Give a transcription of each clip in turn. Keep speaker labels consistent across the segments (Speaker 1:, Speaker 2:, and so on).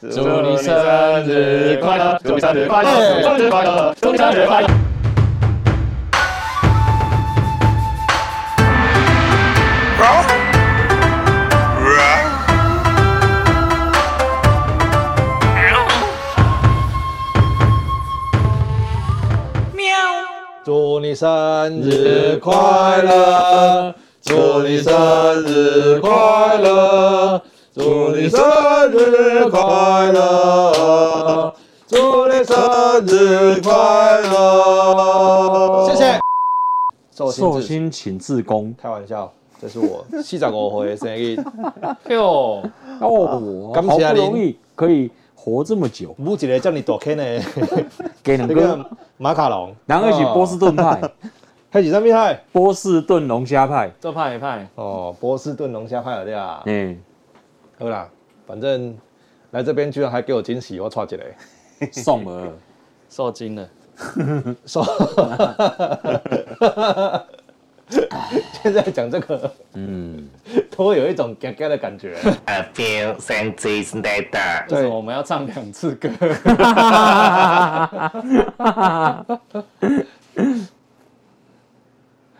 Speaker 1: 祝你生日快乐，祝你生日快乐，祝你生日快乐，祝你生日快乐。
Speaker 2: 祝你生日快乐，祝你生日快乐，祝你生日快乐，祝你生日快乐。谢谢。寿
Speaker 3: 寿
Speaker 2: 星，
Speaker 3: 星请自宫
Speaker 2: 开玩笑，这是 我四十五岁的生日，
Speaker 1: 哟，
Speaker 3: 哦，
Speaker 2: 感
Speaker 3: 好
Speaker 2: 谢
Speaker 3: 不
Speaker 2: 您
Speaker 3: 容易可以活这么久，
Speaker 2: 母一个叫你大坑的
Speaker 3: 给两
Speaker 2: 那
Speaker 3: 个，啊
Speaker 2: 个马卡龙，哦
Speaker 3: 然后一起波士顿派，
Speaker 2: 还是啥物派？
Speaker 3: 波士顿龙虾派，
Speaker 1: 这派派，
Speaker 2: 哦，波士顿龙虾派了对啊。
Speaker 3: 嗯，
Speaker 2: 好啦，反正来这边居然还给我惊喜，我错一个。
Speaker 3: 送了，
Speaker 1: 受惊 了。
Speaker 2: 说， 现在讲这个
Speaker 3: 嗯，
Speaker 2: 都会有一种尴尬的感觉。
Speaker 4: A few centuries later.
Speaker 1: 为什么我们要唱两次歌？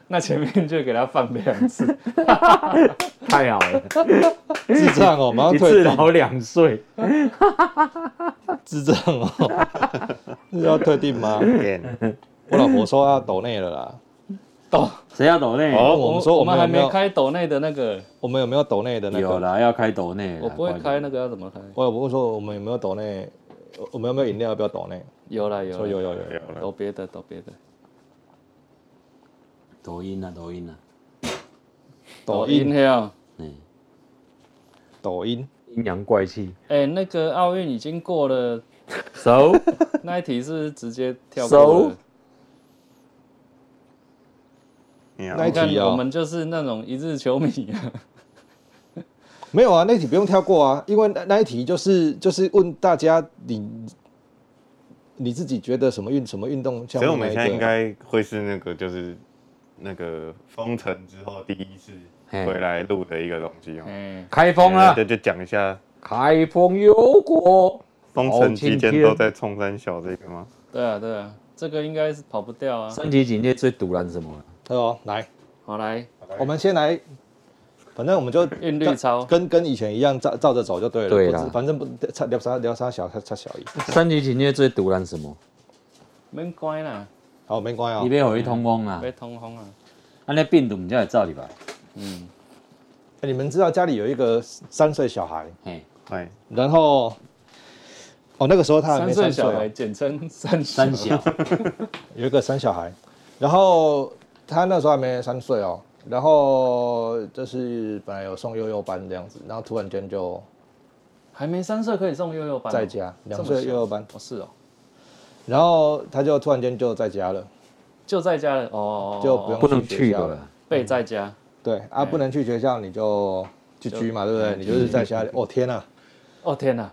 Speaker 1: 那前面就给他放两次，
Speaker 3: 太好了，
Speaker 2: 智障哦，马上
Speaker 3: 一次
Speaker 2: 退订，
Speaker 3: 老两岁，
Speaker 2: 智障哦， 是要退订吗？我老婆说要抖内了啦，
Speaker 1: 抖。
Speaker 3: 谁要抖内？
Speaker 2: 哦 我们说
Speaker 1: 我
Speaker 2: 我
Speaker 1: 们
Speaker 2: 们
Speaker 1: 还
Speaker 2: 有没
Speaker 1: 没
Speaker 2: 有哎
Speaker 1: 开抖内的那个，
Speaker 2: 我们有没有抖内的那
Speaker 3: 有
Speaker 2: 个？
Speaker 3: 啦，要开抖内啦，
Speaker 1: 我不会开那
Speaker 3: 个，
Speaker 1: 个，要怎么开？
Speaker 2: 我老婆说我们有没有抖内？我我们有没有饮料要不要抖内？
Speaker 1: 有啦有
Speaker 2: 说
Speaker 1: 啦，
Speaker 2: 有有有有。
Speaker 1: 抖别的抖别的，
Speaker 3: 抖音啊，抖音啊，
Speaker 2: 抖
Speaker 1: 音
Speaker 2: 音
Speaker 1: 嘿哦。
Speaker 3: 嗯，
Speaker 2: 抖音，
Speaker 3: 阴阳怪气
Speaker 1: 哎，那个奥运已经过了，
Speaker 3: ，so
Speaker 1: 那一题是直接跳过的。
Speaker 2: 那一
Speaker 1: 你看
Speaker 2: 题，
Speaker 1: 我
Speaker 2: 哦，
Speaker 1: 们就是那种一日球迷 啊。
Speaker 2: 没有啊，那一题不用跳过啊，因为那那一题就是就是问大家你你自己觉得什么运什么运动项
Speaker 5: 所以
Speaker 2: 目
Speaker 5: 我
Speaker 2: 那
Speaker 5: 们
Speaker 2: 一
Speaker 5: 现在
Speaker 2: 个
Speaker 5: 应该会是那个，就是那个封城之后第一次回来录的一个东西哦。
Speaker 1: 哎，
Speaker 3: 开封了，
Speaker 5: 对，就讲一下
Speaker 3: 开封有果，
Speaker 5: 封城期间都在冲山小这个吗？
Speaker 1: 对啊对啊，这个应该是跑不掉啊。
Speaker 3: 三级警戒最堵然什么了？
Speaker 2: 对哦，来，
Speaker 1: 好来，
Speaker 2: 我们先来，反正我们就
Speaker 1: 韵律操
Speaker 2: 跟跟以前一样照照着走就对了。
Speaker 3: 对啦
Speaker 2: 不止反正不差聊啥聊啥小差差小一。
Speaker 3: 三级警戒最堵然什么？
Speaker 1: 免关啦，
Speaker 2: 好，没关
Speaker 3: 你
Speaker 2: 系
Speaker 3: 要回通风啊
Speaker 1: 别，通风啊。
Speaker 3: 安尼病毒唔才会走入来，
Speaker 2: 哦。你们知道家里有一个三岁小孩，
Speaker 3: 嘿，
Speaker 5: 哎，
Speaker 2: 然后哦那个时候他还没三
Speaker 1: 三岁小孩，
Speaker 2: 岁，
Speaker 1: 简称三小
Speaker 3: 三小，
Speaker 2: 有一个三小孩，然后他那时候还没三岁哦。然后就是本来有送幼幼班这样子，然后突然间就
Speaker 1: 还没三岁可以送幼幼班哦，
Speaker 2: 在家两
Speaker 1: 这么
Speaker 2: 岁
Speaker 1: 小
Speaker 2: 幼幼班，
Speaker 1: 哦是哦，
Speaker 2: 然后他就突然间就在家了，
Speaker 1: 就在家了哦哦，哦
Speaker 2: 就不用
Speaker 3: 不能
Speaker 2: 去
Speaker 3: 去
Speaker 2: 学校
Speaker 3: 了
Speaker 2: 了
Speaker 3: 啦。
Speaker 1: 被在家，
Speaker 2: 对
Speaker 3: 哎
Speaker 2: 啊，不能去学校你就去居嘛，对不对？你就是在家里。哦天呐，
Speaker 1: 哦天哪，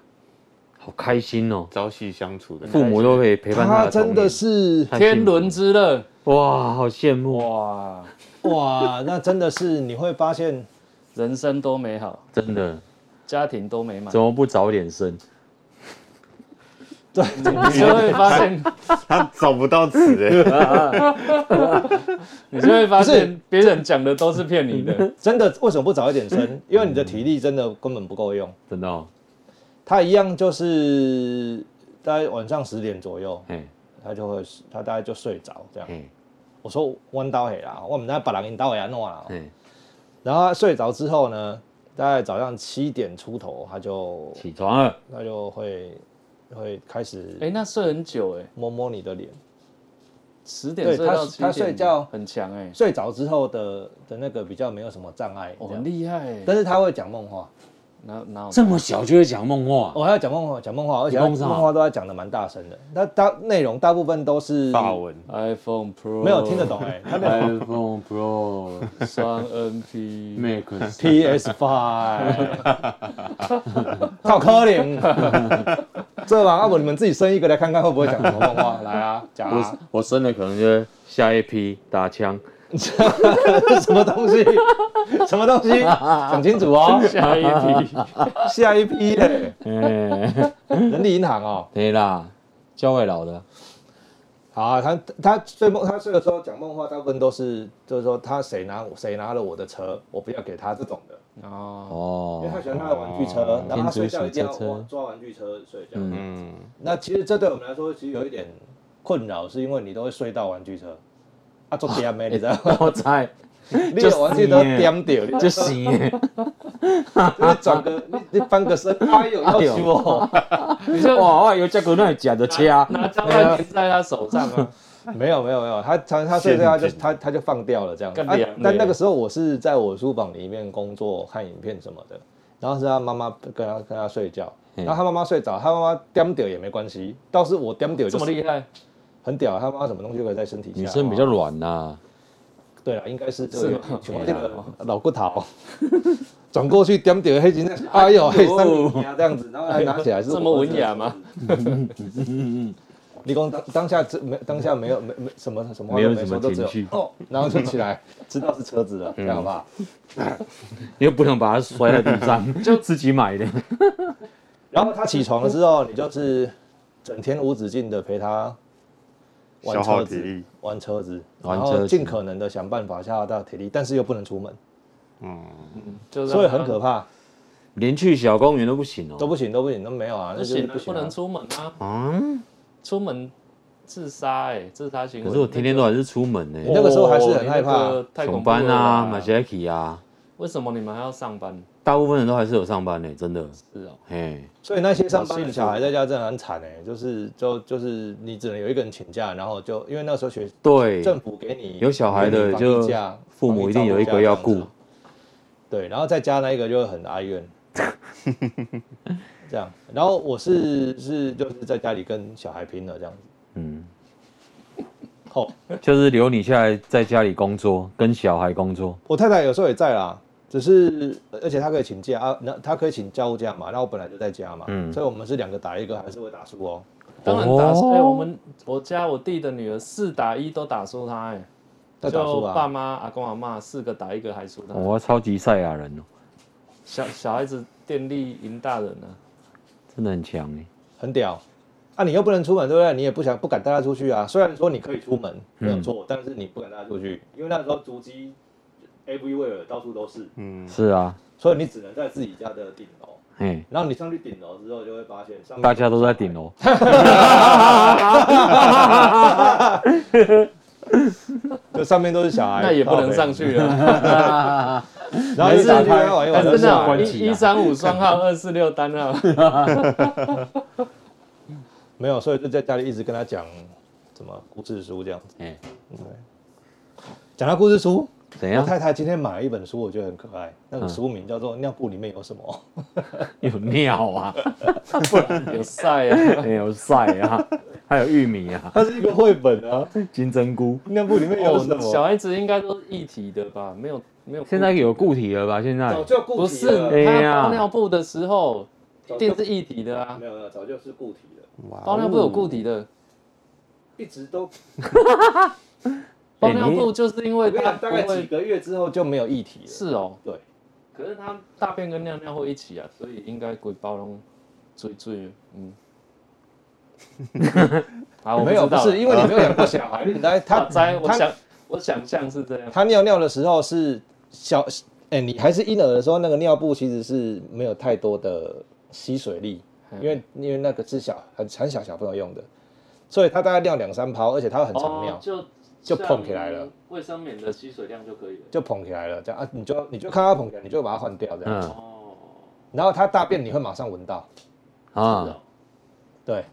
Speaker 3: 好开心哦！
Speaker 5: 朝夕相处的，
Speaker 3: 父母都可以陪伴他
Speaker 2: 他
Speaker 3: 的童
Speaker 2: 真
Speaker 3: 年，
Speaker 2: 的是
Speaker 3: 太幸福
Speaker 1: 天伦之乐
Speaker 3: 哇，好羡慕哦，
Speaker 1: 哇，
Speaker 2: 哇，那真的是你会发现，
Speaker 1: 人生多美好，
Speaker 3: 真的，
Speaker 1: 家庭多美满
Speaker 3: 怎，么不早点生？
Speaker 2: 对，
Speaker 1: 你就会 发现，
Speaker 5: 他找不到词哎，
Speaker 1: 你就会发
Speaker 2: 不
Speaker 1: 现别人讲的都是骗你 的，
Speaker 2: 真的为什么不早一点 生？因为你的体力真的根本不够用。
Speaker 3: 真的哦，
Speaker 2: 他一样就是大概晚上十点左右，
Speaker 3: 嘿，
Speaker 2: 他就会他大概就睡着这样。
Speaker 3: 嘿，
Speaker 2: 我说弯刀黑啦，我们那把人引刀黑弄啦。
Speaker 3: 嘿，
Speaker 2: 然后他睡着之后呢，大概早上七点出头，他就
Speaker 3: 起床了，
Speaker 2: 他就会会开始
Speaker 1: 哎，那睡很久哎，
Speaker 2: 摸摸你的脸。
Speaker 1: 十点
Speaker 2: 对
Speaker 1: 睡到
Speaker 2: 他
Speaker 1: 七点，
Speaker 2: 他睡觉
Speaker 1: 很强哎，
Speaker 2: 睡着之后的的那个比较没有什么障碍，
Speaker 1: 我
Speaker 2: 这
Speaker 1: 很
Speaker 2: 样
Speaker 1: 厉害哎，
Speaker 2: 但是他会讲梦话，
Speaker 1: 哪哪有
Speaker 3: 这么小就会讲梦话，
Speaker 2: 我哦还要讲梦话，讲梦话，而且
Speaker 3: 你
Speaker 2: 他
Speaker 3: 梦啥
Speaker 2: 梦话都要讲的蛮大声的。那大内容大部分都是
Speaker 5: 法文，
Speaker 1: iPhone Pro
Speaker 2: 没有听得懂哎、他 的
Speaker 3: iPhone Pro
Speaker 1: 双 NP
Speaker 3: Max，
Speaker 2: PS Five，靠柯林，这吧，要不你们自己生一个来看看会不会讲什么梦话，来啊，讲啊，
Speaker 3: 我我生了可能就是下一批打枪，
Speaker 2: 什么东西？什么东西？想清楚 哦。
Speaker 1: 下一题，
Speaker 2: 下一批 嘞，
Speaker 3: 哎，
Speaker 2: 人力银行哦。
Speaker 3: 对啦，教外老的，
Speaker 2: 好啊，他他睡梦，他睡的时候讲梦话，大部分都是就是说他谁拿谁拿了我的车，我不要给他这种的，
Speaker 1: 哦，
Speaker 2: 因为他
Speaker 3: 哦，
Speaker 2: 喜欢他的玩具车，
Speaker 5: 哦
Speaker 2: 然后他睡觉一定要
Speaker 3: 天竺鼠车车
Speaker 2: 抓玩具车睡觉。
Speaker 3: 嗯
Speaker 5: 嗯，
Speaker 2: 那其实这对我们来说其实有一点困扰，是因为你都会睡到玩具车，啊，做点没，你知道吗？
Speaker 3: 哎我猜
Speaker 2: 你有玩具
Speaker 3: 哎
Speaker 2: 都点掉，你
Speaker 3: 就行耶，
Speaker 2: 你转个你你翻个身，哎呦，要死我！
Speaker 1: 你这
Speaker 3: 哇，我有这个那假的 车，啊
Speaker 2: 啊
Speaker 1: 拿张烂贴在他手上 啊，
Speaker 2: 没有没有没有，他他他睡觉他就他他就放掉了这样。
Speaker 1: 更
Speaker 2: 啊
Speaker 1: 凉了
Speaker 2: 但
Speaker 1: 耶
Speaker 2: 那个时候我是在我书房里面工作看影片什么的，然后是他妈妈跟他跟他睡觉，
Speaker 3: 嗯
Speaker 2: 然后他妈妈睡着，他妈妈颠掉也没关系，倒是我颠掉就
Speaker 1: 这么
Speaker 2: 是
Speaker 1: 厉害，
Speaker 2: 很屌，他妈妈什么东西都可以在身体下。
Speaker 3: 女生比较软呐，
Speaker 2: 对了，应该是这
Speaker 1: 是
Speaker 2: 个
Speaker 1: 吗
Speaker 2: 穷这个老骨头。转过去点点黑金，哎呦，嘿，三米啊这样子，然后还拿起来是
Speaker 1: 这么文雅吗？
Speaker 2: 你讲当当下这没当下没有没没什么什么话
Speaker 3: 没有
Speaker 2: 都
Speaker 3: 什
Speaker 2: 说
Speaker 3: 么
Speaker 2: 都只
Speaker 3: 情
Speaker 2: 有
Speaker 3: 绪，嗯
Speaker 2: 哦，然后就起来，知道是车子了，这样好不好？
Speaker 3: 你又不能把它摔在地上，就自己买的，
Speaker 2: 然后他起床了之后，你就是整天无止境的陪他玩
Speaker 5: 消耗
Speaker 2: 车
Speaker 5: 体
Speaker 2: 子
Speaker 5: 力，
Speaker 2: 玩车子，
Speaker 3: 玩
Speaker 2: 然
Speaker 3: 车
Speaker 2: 后
Speaker 3: 子
Speaker 2: 尽可能的想办法消耗到体力，但是又不能出门，
Speaker 5: 嗯，
Speaker 3: 啊
Speaker 1: 就是
Speaker 2: 所以很可怕，
Speaker 3: 连去小公园都不行
Speaker 2: 都
Speaker 3: 哦，
Speaker 2: 不行，都不行，都没有啊，那
Speaker 1: 不
Speaker 2: 就是
Speaker 1: 行啊
Speaker 2: 不，行
Speaker 1: 不
Speaker 2: 啊，
Speaker 1: 能出门啊，
Speaker 2: 嗯
Speaker 1: 出门自杀哎，自杀行为。
Speaker 3: 可是我天天都还是出门呢
Speaker 2: 你，那个时候还是很害怕
Speaker 1: 哦，你那个太恐
Speaker 3: 上
Speaker 1: 怖了
Speaker 3: 班啊，
Speaker 1: 啦
Speaker 3: 买 Jacky 啊，
Speaker 1: 为什么你们还要上班？
Speaker 3: 大部分人都还是有上班呢，真的，
Speaker 1: 是哦，
Speaker 3: 嘿，
Speaker 2: 所以那些上班的小孩在家真的很惨哎、就是就就是你只能有一个人请假，然后就因为那时候学
Speaker 3: 对，
Speaker 2: 政府给你
Speaker 3: 有小孩
Speaker 2: 给
Speaker 3: 的
Speaker 2: 你
Speaker 3: 就
Speaker 2: 防疫假
Speaker 3: 父母一定有一个要顾，
Speaker 2: 防疫照顾假这样子对，然后再加那一个就会很哀怨，这样。然后我是是就是在家里跟小孩拼了这样子，
Speaker 3: 嗯，
Speaker 2: 哦，
Speaker 3: 就是留你下来在家里工作，跟小孩工作，
Speaker 2: 我太太有时候也在啦，只是而且她可以请假啊，那她可以请交假嘛，那我本来就在家嘛，
Speaker 3: 嗯
Speaker 2: 所以我们是两个打一个还是会打输哦，
Speaker 1: 当然打输。
Speaker 3: 哦
Speaker 1: 哎、我们我家我弟的女儿四打一都打输他、哎，
Speaker 2: 但打输
Speaker 1: 就爸
Speaker 2: 啊，
Speaker 1: 妈、阿公阿妈四个打一个还输他。
Speaker 3: 我超级赛亚人哦，
Speaker 1: 小小孩子电力赢大人啊，
Speaker 3: 真的很强哎，
Speaker 2: 很屌。啊，你又不能出门，对不对？你也不想不敢带她出去啊。虽然说你可以出门，
Speaker 3: 嗯
Speaker 2: 没有错，但是你不敢带她出去，因为那时候足迹 everywhere 到处都是，
Speaker 5: 嗯，
Speaker 3: 是啊，
Speaker 2: 所以你只能在自己家的顶楼。
Speaker 3: 嘿，
Speaker 2: 然后你上去顶楼之后，就会发现上面
Speaker 3: 大家都在顶楼，
Speaker 2: 就上面都是小孩，
Speaker 1: 那也不能上去啊了。
Speaker 2: 靠北。然后一打开，哎呦，
Speaker 1: 还
Speaker 2: 我的
Speaker 1: 是
Speaker 2: 小
Speaker 1: 那
Speaker 2: 孩
Speaker 1: 种啊一一三五双号、二四六单号，
Speaker 2: 没有，所以就在家里一直跟他讲什么故事书这样子。
Speaker 3: 哎，
Speaker 2: 讲到故事书，
Speaker 3: 怎
Speaker 2: 我
Speaker 3: 样？
Speaker 2: 太太今天买了一本书，我觉得很可爱。那
Speaker 3: 嗯
Speaker 2: 本书名叫做《尿布里面有什么
Speaker 3: 有尿啊，
Speaker 1: 有晒啊，
Speaker 3: 哎有晒啊，还有玉米》，啊，
Speaker 2: 它是一个绘本啊。
Speaker 3: 金针菇，
Speaker 2: 尿布里面 有什
Speaker 1: 哦，小
Speaker 2: 么？
Speaker 1: 孩子应该都是一体的吧？没有没有，
Speaker 3: 现在有固体了吧？现在
Speaker 2: 早就固
Speaker 1: 不
Speaker 2: 体
Speaker 1: 是
Speaker 2: 了，
Speaker 3: 哎
Speaker 1: 他
Speaker 3: 呀
Speaker 1: 包尿布的时候
Speaker 2: 早就
Speaker 1: 一定是一体的啊
Speaker 2: 没，有没有，早就是固体了，
Speaker 5: 哇
Speaker 1: 包尿布有固体的，
Speaker 2: 一直都
Speaker 1: 包尿布就是因为
Speaker 2: 我跟你
Speaker 1: 它
Speaker 2: 讲，
Speaker 1: 不
Speaker 2: 大概几
Speaker 1: 会
Speaker 2: 个月之后就没有液体了。
Speaker 1: 是哦，
Speaker 2: 对，
Speaker 1: 可是它大便跟尿尿会一起啊，所以应该鬼包容追追，嗯。啊，我
Speaker 2: 没有，不是因
Speaker 1: 为
Speaker 2: 为你没有养过小孩，你 来他
Speaker 1: 他在我
Speaker 2: 他
Speaker 1: 想我想象是这样，
Speaker 2: 他尿尿的时候是小，哎、你还是婴儿的时候，那个尿布其实是没有太多的吸水力，
Speaker 1: 嗯
Speaker 2: 因为因为那个是小很很小小朋友用的，所以他大概尿两三泡，而且他很常尿，
Speaker 1: 哦就
Speaker 2: 就碰起来了，
Speaker 1: 卫生棉的吸水量就可以了。
Speaker 2: 就捧起来了，这样啊，你就你就看他捧起来，你就把它换掉这样，
Speaker 3: 嗯
Speaker 1: 哦，
Speaker 2: 然后他大便你会马上闻到，
Speaker 1: 是哦
Speaker 3: 啊，
Speaker 2: 对。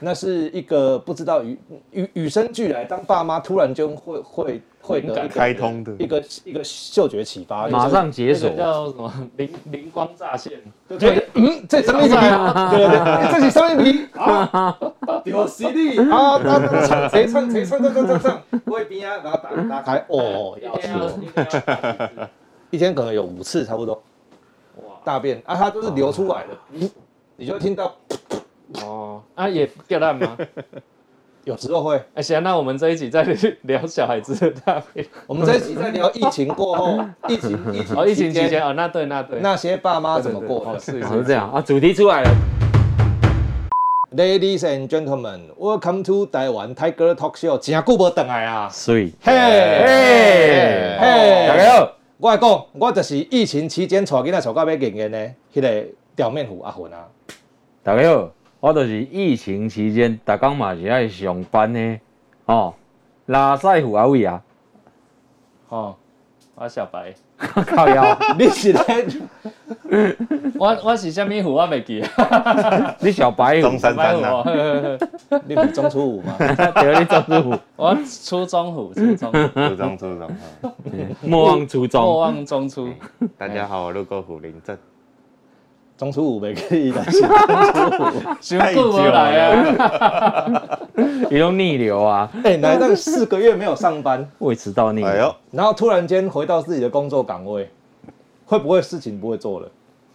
Speaker 2: 那是一个不知道与与与生俱来，当爸妈突然间会会会
Speaker 1: 灵
Speaker 2: 的
Speaker 1: 感
Speaker 2: 一个
Speaker 5: 开通的
Speaker 2: 一个一个嗅觉启发，就是
Speaker 3: 马上解锁
Speaker 1: 那个，叫什么灵灵光乍现，
Speaker 2: 就觉得嗯，这生命皮，对对对，这是生命 皮啊，有实力啊，那那唱谁唱谁唱唱唱唱唱，我一边啊，然后打打开，哦，
Speaker 1: 一
Speaker 2: 要
Speaker 1: 定
Speaker 2: 死
Speaker 1: 要
Speaker 2: 我！
Speaker 1: 一定要打几次
Speaker 2: 一天可能有五次差不多
Speaker 1: 哇
Speaker 2: 大便啊，它都是流出来的，你你就听到
Speaker 1: 哦啊也 get 烂吗？
Speaker 2: 有时候会。
Speaker 1: 哎，行，那我们这一集再聊小孩子的大便。
Speaker 2: 我们这一集在聊疫情过 后，疫情疫 情
Speaker 1: 哦，疫情期间哦，那对那对，
Speaker 2: 那些爸妈
Speaker 1: 对
Speaker 2: 怎
Speaker 1: 对
Speaker 2: 么
Speaker 1: 对
Speaker 2: 过
Speaker 1: 哦
Speaker 2: 的
Speaker 1: 是
Speaker 3: 哦
Speaker 1: 是
Speaker 3: 是这样啊，主题出来了，
Speaker 2: ？Ladies and gentlemen, welcome to 台湾 Tiger Talk Show，真久无等来啊！
Speaker 3: 所以
Speaker 2: 嘿，
Speaker 3: 嘿
Speaker 2: 嘿
Speaker 3: 大家好，
Speaker 2: 我来讲，我就是疫情期间带囡仔带到要严严的，迄、个表面糊阿混啊，
Speaker 3: 大家好，我就是疫情期间，逐工嘛是爱上班呢，哦，拉塞虎阿伟啊，
Speaker 2: 吼、
Speaker 1: 哦我小白，
Speaker 3: 靠 腰，
Speaker 2: 你是咧，
Speaker 1: 我我是虾米虎，我袂记啊，
Speaker 3: 你小白虎
Speaker 5: 中，山
Speaker 1: 白
Speaker 5: 三
Speaker 1: 虎
Speaker 5: 呐、
Speaker 1: 哦，
Speaker 5: 啊，
Speaker 1: 呵呵呵
Speaker 2: 你是中初五吗？
Speaker 3: 对，你中虎，
Speaker 1: 我初中虎，初中 虎
Speaker 5: 初中初中。 啊
Speaker 3: 莫忘初
Speaker 1: 莫
Speaker 3: 衷，
Speaker 1: 忘中 初，
Speaker 5: 大家好，我路过虎林镇，
Speaker 2: 中初五没记忆，但是
Speaker 1: 想久无来啊，
Speaker 3: 你都逆流啊，
Speaker 2: 哎，来那个四个月没有上班，
Speaker 3: 胃迟到逆
Speaker 5: 哎
Speaker 3: 流，
Speaker 5: 呦，
Speaker 2: 然后突然间回到自己的工作岗位，会不会事情不会做了？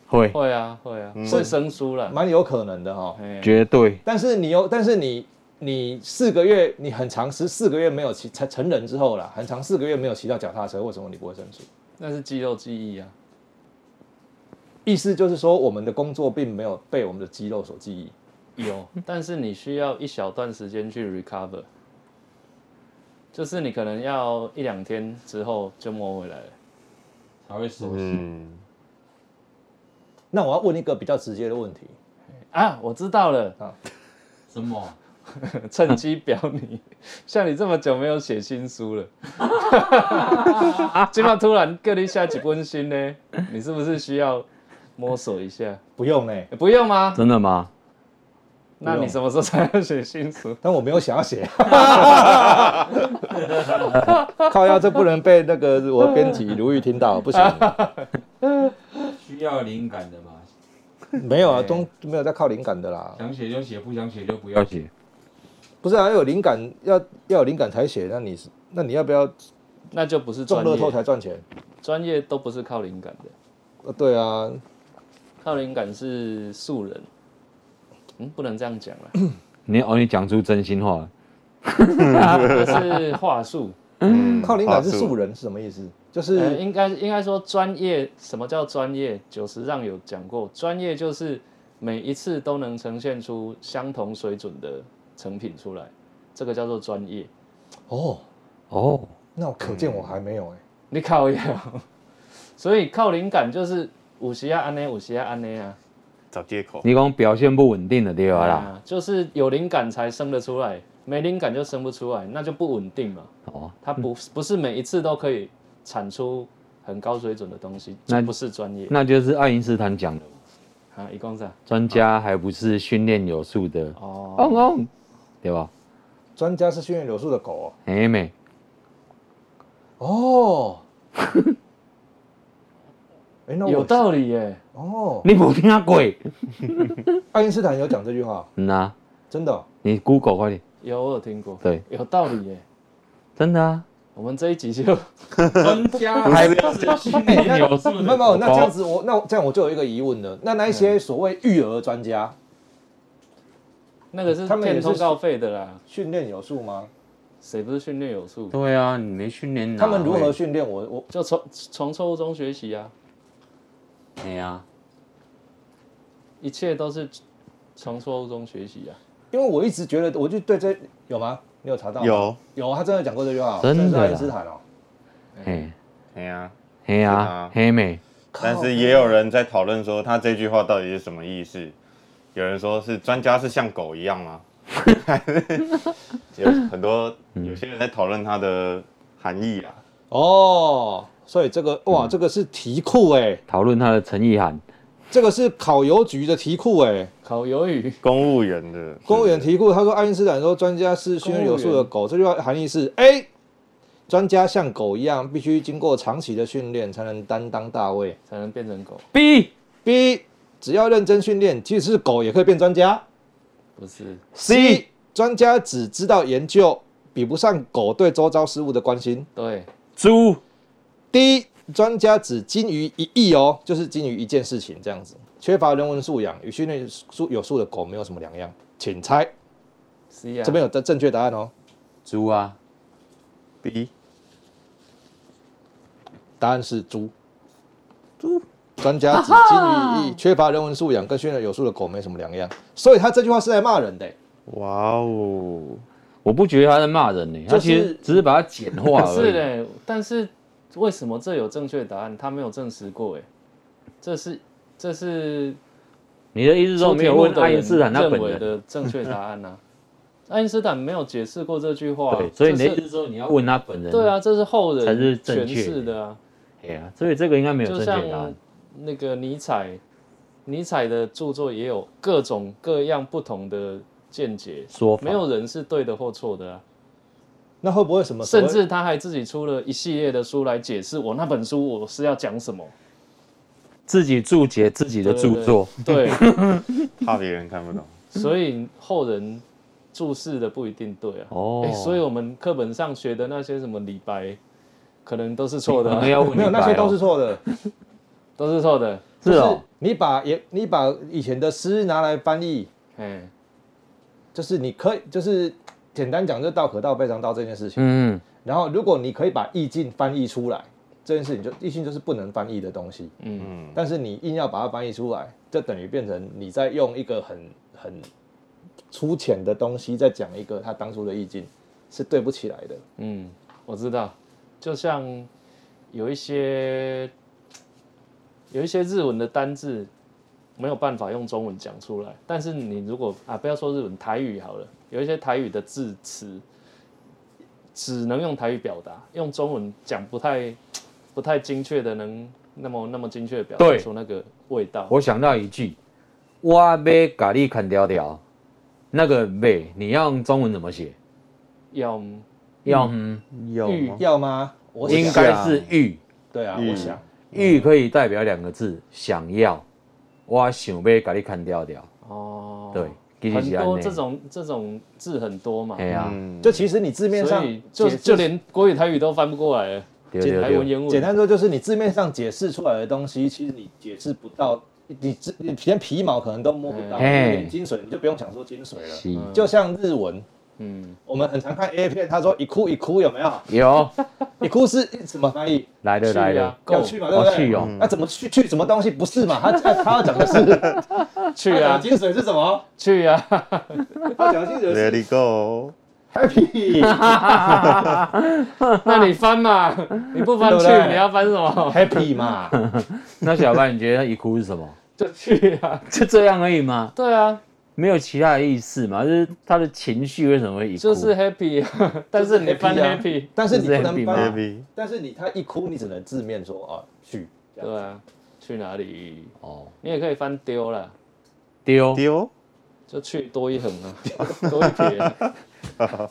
Speaker 3: 会，
Speaker 1: 会啊会啊，会生疏了，
Speaker 2: 蛮有可能的哦哈、
Speaker 1: 哎
Speaker 3: 绝对，
Speaker 2: 但是你又，但是你你四个月，你很长时四个月没有骑成成人之后啦，很长四个月没有骑到脚踏车，为什么你不会生疏？
Speaker 1: 那是肌肉记忆啊，
Speaker 2: 意思就是说，我们的工作并没有被我们的肌肉所记忆。
Speaker 1: 有，但是你需要一小段时间去 recover，就是你可能要一两天之后就摸回来了。
Speaker 3: 才会熟
Speaker 5: 嗯，
Speaker 2: 那我要问一个比较直接的问题，
Speaker 1: 啊，我知道了，
Speaker 3: 什么？
Speaker 1: 趁机表你。 像你这么久没有写新书了， 今晚突然各你下几本新呢，你是不是需要摸索一下？
Speaker 2: 不用呢、
Speaker 1: 欸不用吗？
Speaker 3: 真的吗？
Speaker 1: 那你什么时候才要写新书？
Speaker 2: 但我没有想要写， 靠腰这不能被那个我编辑如玉听到，不行，
Speaker 3: 需要灵感的嘛，
Speaker 2: 没有啊，都没有在靠灵感的啦，
Speaker 3: 想写就写，不想写就不要写。
Speaker 2: 不是啊，要有灵感，要要有灵感才写，那你是那你要不要
Speaker 1: 那就不是
Speaker 2: 中
Speaker 1: 专
Speaker 2: 乐透
Speaker 1: 业，
Speaker 2: 才赚钱？
Speaker 1: 专业都不是靠灵感的，
Speaker 2: 呃，对啊，
Speaker 1: 靠灵感是素人。嗯，不能这样讲 啦，
Speaker 3: 你哦，你讲出真心话了，
Speaker 1: 那是话术。
Speaker 5: 嗯
Speaker 2: 靠灵感是素
Speaker 5: 人，
Speaker 2: 人是什么意思？就
Speaker 1: 呃，
Speaker 2: 是
Speaker 1: 应该应该说专业，什么叫专业？九十让有讲过，专业就是每一次都能呈现出相同水准的成品出来，这个叫做专业。
Speaker 2: 哦，
Speaker 3: 哦，
Speaker 2: 那我可见我还没有哎、
Speaker 1: 你靠呀， 所以靠灵感就是五十啊安内，五十啊安内啊，
Speaker 5: 找借口，
Speaker 3: 你讲表现不稳定的对吧啦？
Speaker 1: 啊，就是有灵感才生得出来，没灵感就生不出来，那就不稳定嘛。
Speaker 3: 哦，
Speaker 1: 它不不是每一次都可以产出很高水准的东西，
Speaker 3: 那
Speaker 1: 这不是专业
Speaker 3: 那就是爱因斯坦讲的嘛，
Speaker 1: 啊。一共是啊
Speaker 3: 专家还不是训练有素的，
Speaker 1: 哦，
Speaker 3: 哦哦，对吧？
Speaker 2: 专家是训练柳树的狗
Speaker 3: 哎妹，
Speaker 2: 哦，哦， 哎、那
Speaker 1: 有
Speaker 2: 我
Speaker 1: 道理耶。
Speaker 2: 哦，
Speaker 3: 你没听过？
Speaker 2: 爱因斯坦有讲这句话，
Speaker 3: 嗯啊，
Speaker 2: 真的哦、
Speaker 3: 你 Google 快点，
Speaker 1: 有，我有听过，
Speaker 3: 对，
Speaker 1: 有道理耶。
Speaker 3: 真的啊，
Speaker 1: 我们这一集就
Speaker 3: 专 家还不是训练有素
Speaker 2: 没有没有，那这样子我那这样我就有一个疑问了。那那一些所谓育儿专家，
Speaker 1: 那个是
Speaker 2: 他们也
Speaker 1: 骗
Speaker 2: 是
Speaker 1: 通告费的啦，
Speaker 2: 训练有素吗？
Speaker 1: 谁不是训练有素？
Speaker 3: 对啊，你没训练
Speaker 2: 他
Speaker 3: 哪会
Speaker 2: 们如何？训练？我我
Speaker 1: 就从从错误中学习啊，
Speaker 3: 哎呀，
Speaker 1: 一切都是从错误中学习啊。
Speaker 2: 因为我一直觉得，我就对这有吗？你有查到吗
Speaker 5: 有，
Speaker 2: 有，啊他真的讲过这句话，
Speaker 3: 真的
Speaker 2: 是爱因
Speaker 3: 啦
Speaker 2: 斯坦哦。
Speaker 3: 嘿，
Speaker 5: 哎呀、
Speaker 3: 嘿
Speaker 5: 是
Speaker 3: 啊
Speaker 5: 啊，
Speaker 3: 嘿妹，
Speaker 5: 但是也有人在讨论说他这句话到底是什么意思。有人说是专家是像狗一样 吗？有很多有些人在讨论它的含义啊。
Speaker 2: 哦，所以这个哇，这个是题库哎，
Speaker 3: 讨论他的陈意涵，
Speaker 2: 这个是考邮局的题库哎，
Speaker 1: 烤鱿鱼，
Speaker 5: 公务员的
Speaker 2: 公务员题库。他说爱因斯坦说专家是训练有素的狗，这句话含义是 A，专家像狗一样，必须经过长期的训练才能担当大位。
Speaker 1: 才能变成狗，
Speaker 3: B
Speaker 2: B，只要认真训练，即使是狗也可以变专家。
Speaker 1: 不是
Speaker 2: C，专家只知道研究，比不上狗对周遭事物的关心。
Speaker 1: 对，
Speaker 3: 猪，
Speaker 2: D，专家只精于一役哦，就是精于一件事情这样子，缺乏人文素养，与训练素有素的狗没有什么两样。请猜，
Speaker 1: C 啊，
Speaker 2: 这边有正正确答案哦，
Speaker 3: 猪啊，
Speaker 5: B
Speaker 2: 答案是猪。猪，啊专家指金鱼意缺乏人文素养，跟训练有素的狗没什么两样。所以他这句话是在骂人的、
Speaker 5: 哇哦，
Speaker 3: 我不觉得他在骂人呢、他
Speaker 2: 就是
Speaker 3: 其实只是把它简化
Speaker 1: 可是
Speaker 3: 而已。
Speaker 1: 嘞，但是为什么这有正确答案？他没有证实过哎，这是这是
Speaker 3: 你的意思是说没有问爱因斯坦他
Speaker 1: 认
Speaker 3: 本
Speaker 1: 为
Speaker 3: 人？
Speaker 1: 的正确答案呢、啊？爱因斯坦没有解释过这句话、
Speaker 3: 对，所以你的
Speaker 1: 这
Speaker 3: 意思
Speaker 1: 是
Speaker 3: 是说你要问他本人？
Speaker 1: 对，啊，这是后人
Speaker 3: 才是正
Speaker 1: 诠
Speaker 3: 确的
Speaker 1: 释的啊，
Speaker 3: 哎呀，所以这个应该没有正
Speaker 1: 就
Speaker 3: 确答案
Speaker 1: 像。那个尼采，尼采的著作也有各种各样不同的见解，
Speaker 3: 说法
Speaker 1: 没有人是对的或错的啊。
Speaker 2: 那会不会什么所
Speaker 1: 甚
Speaker 2: 谓？
Speaker 1: 至他还自己出了一系列的书来解释我那本书我是要讲什么。
Speaker 3: 自己注解自己的著作，
Speaker 1: 对，
Speaker 5: 怕别人看不懂。
Speaker 1: 所以后人注释的不一定对啊。
Speaker 3: 哦
Speaker 1: 诶所以我们课本上学的那些什么李白，可能都是错的啊、
Speaker 3: 没有
Speaker 2: 没有，那些都是错的。
Speaker 1: 都是错的。
Speaker 2: 就
Speaker 3: 是
Speaker 2: 是
Speaker 3: 哦，
Speaker 2: 你把也你把以前的诗拿来翻译，
Speaker 1: 哎，
Speaker 2: 就是你可以就是简单讲，就是道可道非常道这件事情。
Speaker 3: 嗯，
Speaker 2: 然后如果你可以把意境翻译出来，这件事情就意境就是不能翻译的东西，
Speaker 1: 嗯，
Speaker 5: 嗯，
Speaker 2: 但是你硬要把它翻译出来，就等于变成你在用一个很很粗浅的东西在讲一个他当初的意境，是对不起来的。
Speaker 1: 嗯，我知道，就像有一些有一些日文的单字没有办法用中文讲出来，但是你如果啊，不要说日文，台语好了，有一些台语的字词只能用台语表达，用中文讲不太不太精确的能那么那么精确的表达
Speaker 3: 对
Speaker 1: 出那个味道。
Speaker 3: 我想到一句，我要咖喱砍条条，那个被你要用中文怎么写？
Speaker 1: 要
Speaker 3: 要嗯，
Speaker 5: 有吗？
Speaker 1: 哦
Speaker 2: 要吗？我想
Speaker 3: 应该是欲，
Speaker 2: 对啊，
Speaker 5: 嗯
Speaker 2: 我想
Speaker 3: 欲可以代表两个字，想要，我想要咖喱砍条条，
Speaker 1: 哦，
Speaker 3: 对，其实
Speaker 1: 很
Speaker 3: 是
Speaker 1: 多
Speaker 3: 安
Speaker 1: 这
Speaker 3: 尼，
Speaker 1: 种这种字很多嘛，
Speaker 3: 哎呀，
Speaker 5: 嗯，
Speaker 2: 就其实你字面上
Speaker 1: 所以就
Speaker 2: 解释
Speaker 1: 就连国语台语都翻不过来了，
Speaker 3: 对
Speaker 1: 简台
Speaker 3: 对
Speaker 1: 文
Speaker 3: 对，
Speaker 1: 言文。
Speaker 2: 简单说就是你字面上解释出来的东西，其实你解释不到，你只你连皮毛可能都摸不到，
Speaker 3: 嗯嘿
Speaker 2: 连精髓你就不用想说精髓了。
Speaker 3: 是
Speaker 2: 就像日文，
Speaker 1: 嗯，
Speaker 2: 我们很常看 A 片，他说一哭一哭有没 有？
Speaker 3: 有
Speaker 2: 一哭是什么翻译？
Speaker 3: 来了
Speaker 1: 去
Speaker 3: 来
Speaker 1: 啊
Speaker 3: 了，，
Speaker 2: 要
Speaker 1: 够
Speaker 2: 去嘛，对不
Speaker 3: 我
Speaker 2: 对？
Speaker 3: 去哦，
Speaker 2: 那、怎么去去什么东西？不是 嘛？他他他要讲的是
Speaker 1: 去
Speaker 2: 他讲
Speaker 1: 啊
Speaker 2: 的，精髓是什么？
Speaker 1: 去啊，
Speaker 2: 他讲的精髓是
Speaker 5: Let it go，
Speaker 2: happy
Speaker 1: 那你翻嘛，你不翻
Speaker 2: 对不
Speaker 1: 去，
Speaker 2: 对
Speaker 1: 你要翻什么？
Speaker 2: happy 嘛？
Speaker 3: 那小白，你觉得一哭是什么？
Speaker 1: 就去啊，
Speaker 3: 就这样而已吗？
Speaker 1: 对啊，
Speaker 3: 没有其他的意思嘛？就是他的情绪为什么会一哭？
Speaker 1: 就是 happy，啊但 是你翻
Speaker 2: 就是 happy 啊
Speaker 1: happy，
Speaker 2: 但是你不能
Speaker 3: happy
Speaker 2: 翻
Speaker 3: 嘛
Speaker 2: 啊
Speaker 5: Baby
Speaker 2: 但是你他一哭，你只能字面说啊去，这样
Speaker 1: 对啊，去哪里？
Speaker 3: 哦，
Speaker 1: 你也可以翻丢了，
Speaker 3: 丢
Speaker 5: 丢
Speaker 1: 就去多一横啊， 多一撇啊。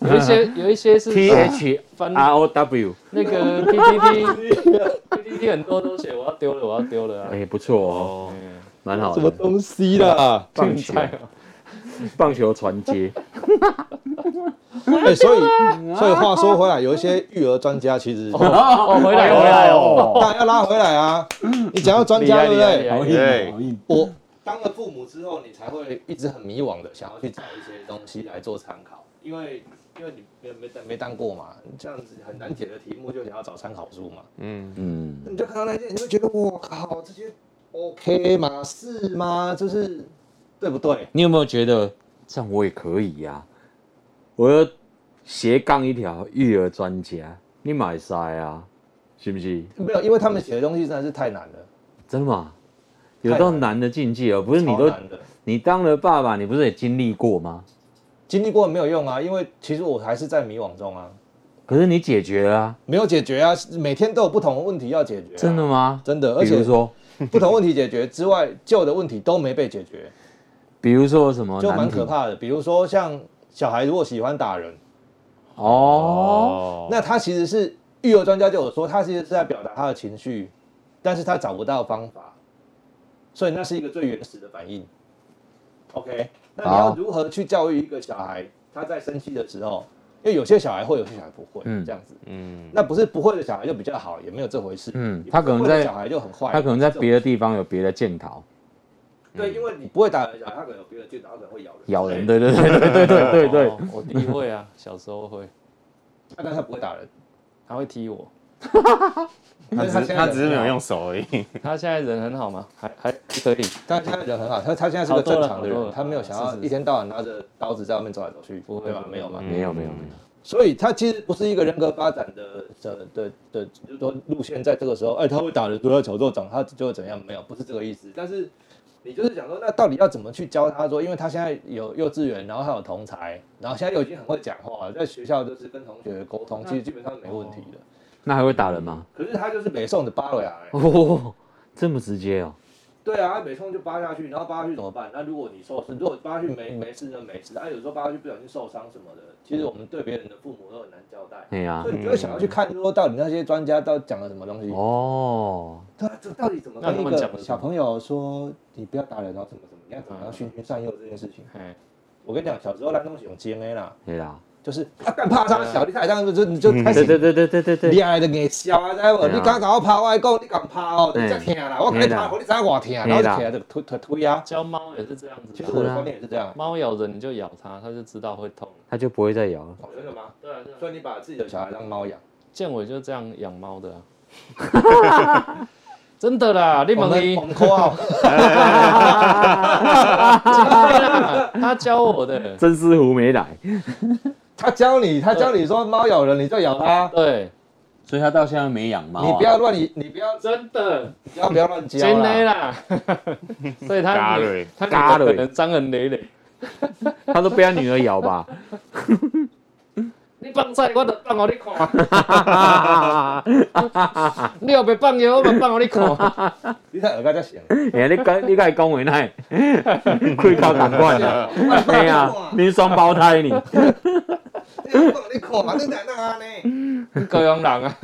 Speaker 1: 有一些有一些是啊
Speaker 3: T H
Speaker 1: 翻
Speaker 3: R O W，
Speaker 1: 那个 PPT，PPT 很多都写我要丢了，我要丢了啊。
Speaker 3: 哎，不错哦，
Speaker 5: 哦，
Speaker 1: 嗯
Speaker 3: 蛮好
Speaker 2: 什么
Speaker 3: 的。
Speaker 2: 东西啦？
Speaker 3: 棒
Speaker 1: 现
Speaker 3: 球，
Speaker 1: 在啊
Speaker 3: 棒球传接，
Speaker 1: 啊
Speaker 2: 哎、所以所以话说回来，有一些育儿专家其实当
Speaker 1: 哦，回来回来哦，
Speaker 3: 哦，
Speaker 2: 然要拉回来啊。你讲到专家，对不
Speaker 1: 厉害厉
Speaker 2: 对
Speaker 1: 害？
Speaker 5: 硬对好
Speaker 3: 硬，
Speaker 2: 我当了父母之后，你才会一直很迷惘的想要去找一些东西来做参考，因为因为你没没当没当过嘛，这样子很难解的题目就想要找参考书嘛。
Speaker 5: 嗯，
Speaker 3: 嗯，
Speaker 2: 你就看到那些，你会觉得我靠，这些 OK 吗？是吗？就是对不对？
Speaker 3: 你有没有觉得这样我也可以呀？我要斜杠一条育儿专家，你买晒啊，是不是？
Speaker 2: 没有，因为他们写的东西真的是太难了，
Speaker 3: 真的吗？有到难的境界哦，不是你
Speaker 2: 超
Speaker 3: 都
Speaker 2: 难的。
Speaker 3: 你当了爸爸，你不是也经历过吗？
Speaker 2: 经历过没有用啊，因为其实我还是在迷惘中啊，
Speaker 3: 可是你解决了、啊，
Speaker 2: 没有解决啊，每天都有不同的问题要解决、啊
Speaker 3: 真的？吗？
Speaker 2: 真的，而
Speaker 3: 比
Speaker 2: 且
Speaker 3: 如说，
Speaker 2: 不同问题解决之外，旧的问题都没被解决，
Speaker 3: 比如说什么
Speaker 2: 就
Speaker 3: 哦难
Speaker 2: 蛮
Speaker 3: 题
Speaker 2: 可怕的。比如说像小孩如果喜欢打人，
Speaker 3: 哦，
Speaker 2: 那他其实是育儿专家就有说，他其实是在表达他的情绪，但是他找不到方法，所以那是一个最原始的反应。OK，那你要
Speaker 3: 好
Speaker 2: 如何去教育一个小孩？他在生气的时候，因为有些小孩会，有些小孩不会，
Speaker 3: 嗯
Speaker 2: 这样子。
Speaker 5: 嗯，
Speaker 2: 那不是不会的小孩就比较好，也没有这回事。
Speaker 3: 嗯
Speaker 2: 也不是
Speaker 3: 他可能
Speaker 2: 会的
Speaker 3: 在
Speaker 2: 小孩就很坏，
Speaker 3: 他可能在
Speaker 2: 这种
Speaker 3: 别的地方有别的检讨，
Speaker 2: 对，因为你不会打人咬，它可能有别的去打，它可能会咬人。
Speaker 3: 咬人，对对对对对对对对
Speaker 1: 哦，我弟会啊， 小时候会，
Speaker 2: 但它不会打人，
Speaker 1: 他会踢我。
Speaker 5: 他只是他只是没有用手而已。
Speaker 1: 他现在人很好吗？还还可以，
Speaker 2: 但他人很好，他他现在是个正常的
Speaker 1: 好多
Speaker 2: 人，
Speaker 1: 了
Speaker 2: 他没有想
Speaker 1: 好
Speaker 2: 要
Speaker 1: 多了
Speaker 2: 一天到晚拿着刀子在外面走来走去，
Speaker 1: 不会
Speaker 2: 对吧
Speaker 1: 不？会
Speaker 2: 没有嘛。
Speaker 3: 没有没有没有，
Speaker 2: 所以他其实不是一个人格发展的的的的，就是说路线在这个时候，哎，他会打人，都要小肉长，他就会怎样？没有，不是这个意思。但是你就是想说，那到底要怎么去教他说？因为他现在有幼稚园，然后还有同才，然后现在又已经很会讲话了，在学校就是跟同学沟通，其实基本上是没问题
Speaker 1: 哦
Speaker 2: 的。
Speaker 3: 那还会打人吗？
Speaker 2: 可是他就是北宋的巴维亚、欸，
Speaker 3: 哦，这么直接哦，
Speaker 2: 对啊，他北宋就扒下去，然后扒下去怎么办？那如果你受伤，如果扒下去没没事就没事，啊，有时候扒下去不小心受伤什么的，其实我们对别人的父母都很难交代。
Speaker 3: 哎呀
Speaker 2: 所，以你就会想要去看，说到底那些专家到底讲了什么东西？
Speaker 3: 哦，
Speaker 2: 对啊，这到底怎么
Speaker 1: 那
Speaker 2: 跟
Speaker 1: 他
Speaker 2: 一
Speaker 1: 们讲
Speaker 2: 个
Speaker 1: 了什么
Speaker 2: 小朋友说你不要打人，然哦后怎么怎么样，怎么样循循善诱这件事情？
Speaker 1: 哎，
Speaker 2: 我跟你讲，小时候烂东西有接妹啦，
Speaker 3: 对啦，
Speaker 2: 就是啊，干怕他小弟太当就你就开
Speaker 3: 对
Speaker 2: 始
Speaker 3: 对对对对对对，
Speaker 2: 恋爱的硬笑啊，知道无？
Speaker 3: 对啊
Speaker 2: 你敢甲我拍我的讲，你敢拍哦，你才
Speaker 3: 嗯
Speaker 2: 疼啦，我给你
Speaker 3: 嘿
Speaker 2: 拍
Speaker 3: 啦
Speaker 2: 我，你知我疼，然后
Speaker 3: 嘿
Speaker 2: 就
Speaker 3: 啦
Speaker 2: 起来就推推推啊。
Speaker 1: 教猫也是这样子
Speaker 2: 其
Speaker 1: 啊
Speaker 2: 实。我的
Speaker 3: 是啊
Speaker 2: 观念也是这样。
Speaker 1: 猫咬人你就咬它，它就知道会痛。
Speaker 3: 他就不会再咬了。
Speaker 2: 哦真的吗？
Speaker 1: 对啊，
Speaker 2: 所以你把自己的小孩当猫养，
Speaker 1: 建伟就这样养猫的啊。啊 真的啦，你
Speaker 2: 我
Speaker 1: 问
Speaker 2: 们啊
Speaker 1: 伊
Speaker 2: 我，们括号，
Speaker 1: 他教我 的。
Speaker 3: 真丝狐没来，
Speaker 2: 他教你，他教你说猫咬人，你就咬它，
Speaker 1: 对，
Speaker 3: 所以他到现在没养猫啊
Speaker 2: 你不 要乱，你你不要
Speaker 1: 真的，
Speaker 2: 不要不要乱教
Speaker 1: 真的
Speaker 2: 啦。
Speaker 1: 啦。 所以他
Speaker 5: 嘎
Speaker 1: 女
Speaker 5: 瑞
Speaker 1: 他女
Speaker 3: 嘎
Speaker 1: 儿
Speaker 3: 瑞
Speaker 1: 可能伤痕累累。
Speaker 3: 他都被他女儿咬吧？
Speaker 1: 你放菜，我著放互你看。
Speaker 3: 哎
Speaker 1: 你后袂放药，我嘛放互你看。
Speaker 2: 你看耳根才行，
Speaker 3: 哎、你讲你该讲回来，开口赶快 啦！哎呀，你双胞胎 你，
Speaker 2: 你看嘛，你哪能安尼？
Speaker 1: 你高雄人啊，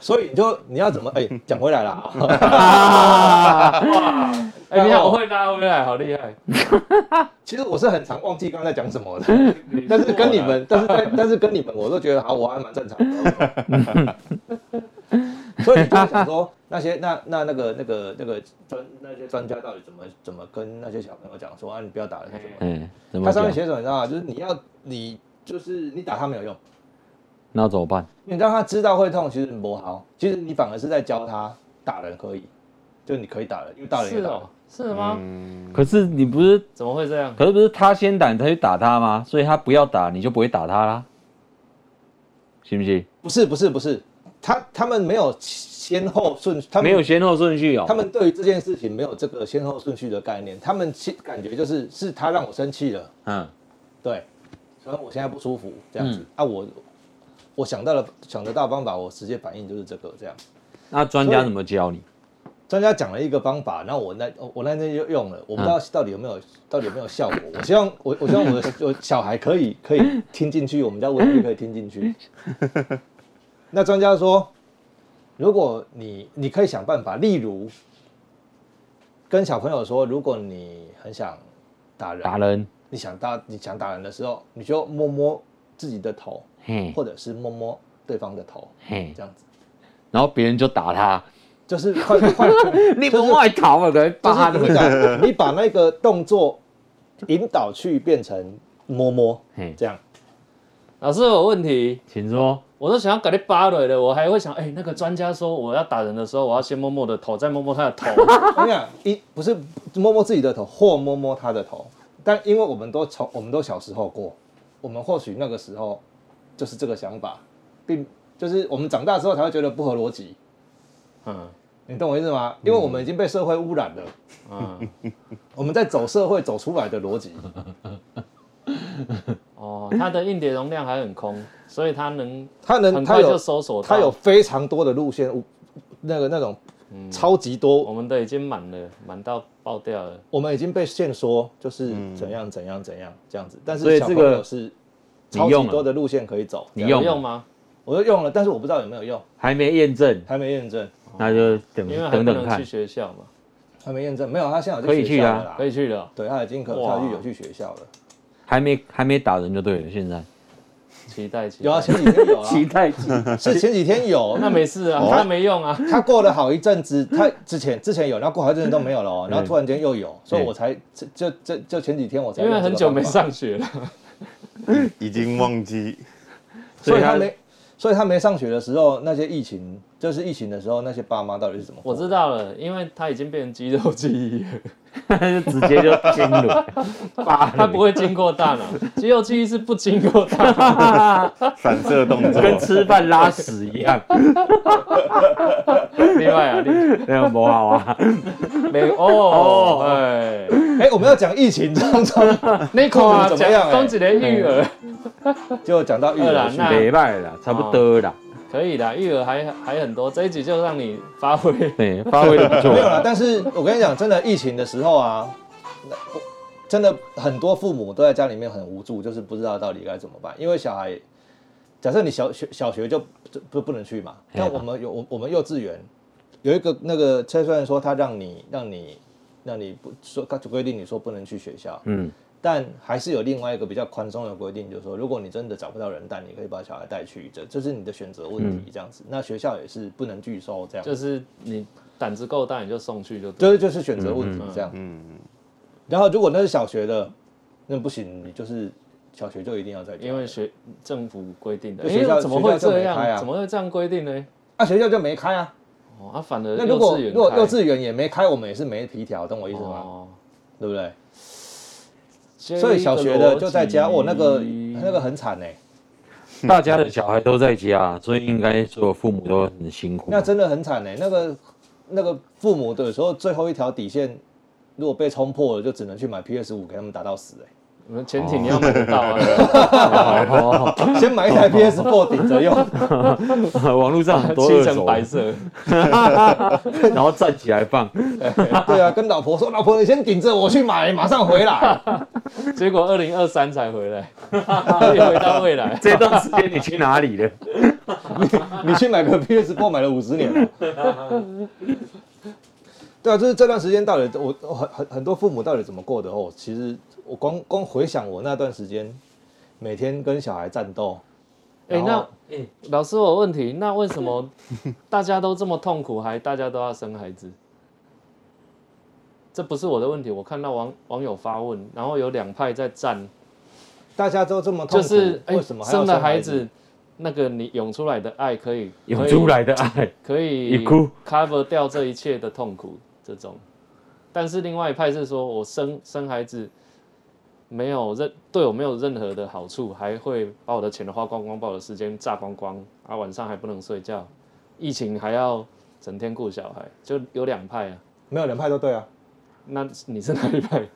Speaker 2: 所以你就你要怎么？哎，讲回来啦，
Speaker 1: 哎、你好会拉回来，好厉害。
Speaker 2: 其实我是很常忘记刚才讲什么的，但是跟你们，但是在但是跟你们，我都觉得好，我还蛮正常的。 所以你就会想说，那些那那那个那个那个专那些专家到底怎么怎么跟那些小朋友讲说啊，你不要打人什么的？
Speaker 3: 哎、怎
Speaker 2: 它
Speaker 3: 么
Speaker 2: 上
Speaker 3: 讲
Speaker 2: 面？写什么你知道吗？就是你要你就是你打他没有用，
Speaker 3: 那怎么办？
Speaker 2: 你让他知道会痛，其实不好，其实你反而是在教他打人可以，就你可以打人，因为大人
Speaker 1: 是
Speaker 2: 也打人。
Speaker 1: 哦，是吗？
Speaker 5: 嗯，
Speaker 3: 可是你不是，
Speaker 1: 怎么会这样？
Speaker 3: 可是不是他先打，你才去打他吗？所以他不要打，你就不会打他啦，行不行？
Speaker 2: 不是不是不是，他他们没有先后顺，他们
Speaker 3: 没有先后顺序哦。
Speaker 2: 他们对于这件事情没有这个先后顺序的概念，他们其感觉就是是他让我生气了，
Speaker 3: 嗯，
Speaker 2: 对，所以我现在不舒服这样子、啊我。我想到了想得到的方法，我直接反应就是这个这样。
Speaker 3: 那专家怎么教你？
Speaker 2: 专家讲了一个方法，然后我那我那天就用了，我不知道到底有没有、到底有没有效果。我希望我我希望我的我小孩可以可以听进去，我们家文玉可以听进去。那专家说，如果你你可以想办法，例如跟小朋友说，如果你很想打人，
Speaker 3: 打人，
Speaker 2: 你想打你想打人的时候，你就摸摸自己的头，
Speaker 3: 嘿
Speaker 2: 或者是摸摸对方的头，
Speaker 3: 嘿，
Speaker 2: 这样子，
Speaker 3: 然后别人就打他，
Speaker 2: 就是快快，
Speaker 3: 你不外逃啊，可
Speaker 2: 就是
Speaker 3: 以扒
Speaker 2: 你
Speaker 3: 的。
Speaker 2: 把你 把那个动作引导去变成摸摸
Speaker 3: 嘿，
Speaker 2: 这样，
Speaker 1: 老师，我有问题，
Speaker 3: 请说，
Speaker 1: 我都想要给你扒了的，我还会想，哎、那个专家说我要打人的时候，我要先摸摸我的头，再摸摸他的 头。
Speaker 2: 我跟你讲，一不是摸摸自己的头或摸摸他的头，但因为我们都从我们都小时候过，我们或许那个时候就是这个想法，并就是我们长大之后才会觉得不合逻辑，
Speaker 1: 嗯
Speaker 2: 你懂我意思吗？因为我们已经被社会污染了，
Speaker 1: 嗯，
Speaker 2: 我们在走社会走出来的逻辑，
Speaker 1: 哦，它的硬碟容量还很空，所以它能
Speaker 2: 他能
Speaker 1: 很
Speaker 2: 他
Speaker 1: 快就
Speaker 2: 有
Speaker 1: 搜索到。
Speaker 2: 他有非常多的路线，那个那种
Speaker 1: 嗯
Speaker 2: 超级多
Speaker 1: 我们的已经满了，满到爆掉了。
Speaker 2: 我们已经被限缩，就是怎样怎样怎样这样子，但
Speaker 3: 所
Speaker 2: 是
Speaker 3: 以
Speaker 2: 小
Speaker 3: 这
Speaker 2: 朋
Speaker 3: 个
Speaker 2: 友是
Speaker 3: 你
Speaker 2: 超
Speaker 3: 用
Speaker 2: 级
Speaker 3: 了
Speaker 2: 多的路线可以走，
Speaker 3: 你
Speaker 2: 这样
Speaker 3: 用
Speaker 1: 有用吗？
Speaker 2: 我就用了，但是我不知道有没有用，
Speaker 3: 还没验证，
Speaker 2: 还没验证，
Speaker 3: 那就等
Speaker 1: 因为还
Speaker 3: 等
Speaker 1: 不
Speaker 3: 等
Speaker 1: 能
Speaker 3: 看
Speaker 1: 去。学校嘛，
Speaker 2: 还没验证，没有，他现在有
Speaker 3: 可
Speaker 2: 去
Speaker 3: 以去
Speaker 2: 学校
Speaker 3: 啊
Speaker 2: 了啦
Speaker 1: 可，以去的哦。
Speaker 2: 对他已经可
Speaker 1: 哇
Speaker 2: 他去有去学校了，
Speaker 3: 还没还没打人就对了，现在
Speaker 1: 期待期待
Speaker 2: 有啊，前几天有啊，
Speaker 3: 期待值
Speaker 2: 是 前几天有。
Speaker 1: 那没事啊，
Speaker 2: 哦
Speaker 1: 他没 用啊，
Speaker 2: 他过了好一阵子，他之前之前有，然后过好一阵子都没有了、哦，然后突然间又有，所以我才就就就就前几天我才
Speaker 1: 因为很久没
Speaker 2: 上，
Speaker 1: 上学了。
Speaker 5: 已经忘 记
Speaker 2: 所以他没，所以他没上学的时候，那些疫情就是疫情的时候，那些爸妈到底是怎么活
Speaker 1: 我
Speaker 2: 的？
Speaker 1: 知道了，因为他已经变成肌肉记忆 了，
Speaker 3: 直接就惊了， 爸
Speaker 1: 他不会经过大脑，肌肉记忆是不经过大脑。
Speaker 5: 反射动作，
Speaker 3: 跟吃饭拉屎 一样，
Speaker 1: 另外啊，另
Speaker 3: 那样不好啊。
Speaker 1: 美哦，哎，
Speaker 2: 哎、我们要讲疫情当中，
Speaker 1: 那个啊，
Speaker 2: 怎么样
Speaker 1: 讲
Speaker 2: 哎
Speaker 1: 公子的育儿
Speaker 2: 就讲到育
Speaker 1: 二啦
Speaker 2: 儿去，
Speaker 1: 那
Speaker 3: 没办啦，差不多啦，
Speaker 1: 可以的，育儿还还很多，这一集就让你发挥。
Speaker 3: 对，发挥的不
Speaker 2: 没有啦
Speaker 3: 错。。
Speaker 2: 但是我跟你讲，真的疫情的时候啊，那真的很多父母都在家里面很无助，就是不知道到底该怎么办，因为小孩。假设你小学小学就就不不能去嘛，
Speaker 3: 嘿
Speaker 1: 哎
Speaker 3: 啊
Speaker 2: 那我们有我我们幼稚园有一个那个，虽然说他让你让你让你不说，他就规定你说不能去学校，
Speaker 3: 嗯，
Speaker 2: 但还是有另外一个比较宽松的规定，就是说，如果你真的找不到人带，你可以把小孩带去，这这是你的选择问题，这样子。那学校也是不能拒收，这样
Speaker 1: 嗯就
Speaker 2: 子，
Speaker 1: 是你胆子够大，你就送去就对。
Speaker 2: 就是就是选择问题这样。
Speaker 5: 嗯，
Speaker 2: 然后如果那是小学的，那不行，你就是小学就一定要在家，
Speaker 1: 因为学政府规定的，
Speaker 2: 就
Speaker 1: 因
Speaker 2: 学校
Speaker 1: 为怎么
Speaker 2: 学
Speaker 1: 会这
Speaker 2: 校就没开
Speaker 1: 样？
Speaker 2: 啊
Speaker 1: 怎么会这样规定呢？
Speaker 2: 啊学校就没开啊。
Speaker 1: 哦，啊，反而
Speaker 2: 那
Speaker 1: 幼
Speaker 2: 如
Speaker 1: 稚
Speaker 2: 果
Speaker 1: 园
Speaker 2: 如果
Speaker 1: 开
Speaker 2: 幼稚园也没开，我们也是没皮条，懂我意思吗？
Speaker 1: 哦，
Speaker 2: 对不对？
Speaker 1: 所
Speaker 2: 所以小学的就在家，哦，那个那个很惨哎、
Speaker 3: 大家的小孩都在家，所以应该所有父母都很辛苦。
Speaker 2: 那真的很惨哎、那个那个父母的有时候最后一条底线，如果被冲破了，就只能去买 PS 五给他们打到死 哎、
Speaker 1: 我们潜艇你要买得到啊，
Speaker 3: 哦，哦
Speaker 2: 先买一台 PS 4顶着用，
Speaker 3: 网络上很
Speaker 2: 哦
Speaker 3: 多
Speaker 1: 漆
Speaker 3: 二
Speaker 1: 成
Speaker 3: 手，
Speaker 1: 白 色，
Speaker 3: 然后站起来放，
Speaker 2: 对啊，跟老婆说，老婆你先顶着我去买，马上回来。
Speaker 1: 结果二零二三才回来， 又回到未来。
Speaker 3: 这段时间你去哪里了？
Speaker 2: 你去买个 PS 4买了五十年了。对啊，就是这段时间到底我我很很很多父母到底怎么过的哦？其实我光光回想我那段时间，每天跟小孩战斗，
Speaker 1: 哎，
Speaker 2: 然
Speaker 1: 那
Speaker 2: 后
Speaker 1: 老师我有问题，那为什么大家都这么痛苦，还大家都要生孩子？这不是我的问题，我看到网网友发问，然后有两派在站，
Speaker 2: 大家都这么痛
Speaker 1: 就
Speaker 2: 苦，
Speaker 1: 是哎
Speaker 2: 为什么还要
Speaker 1: 生了孩
Speaker 2: 子？
Speaker 1: 子，那个你涌出来的爱可以
Speaker 3: 涌出来的爱，
Speaker 1: 可以
Speaker 3: 一哭
Speaker 1: cover 掉这一切的痛苦这种。但是另外一派是说，我生生孩子没有任对我没有任何的好处，还会把我的钱花光光，把我的时间榨光光，啊，晚上还不能睡觉，疫情还要整天顾小孩，就有两派啊。
Speaker 2: 没有两派都对啊。
Speaker 1: 那你是哪一 派？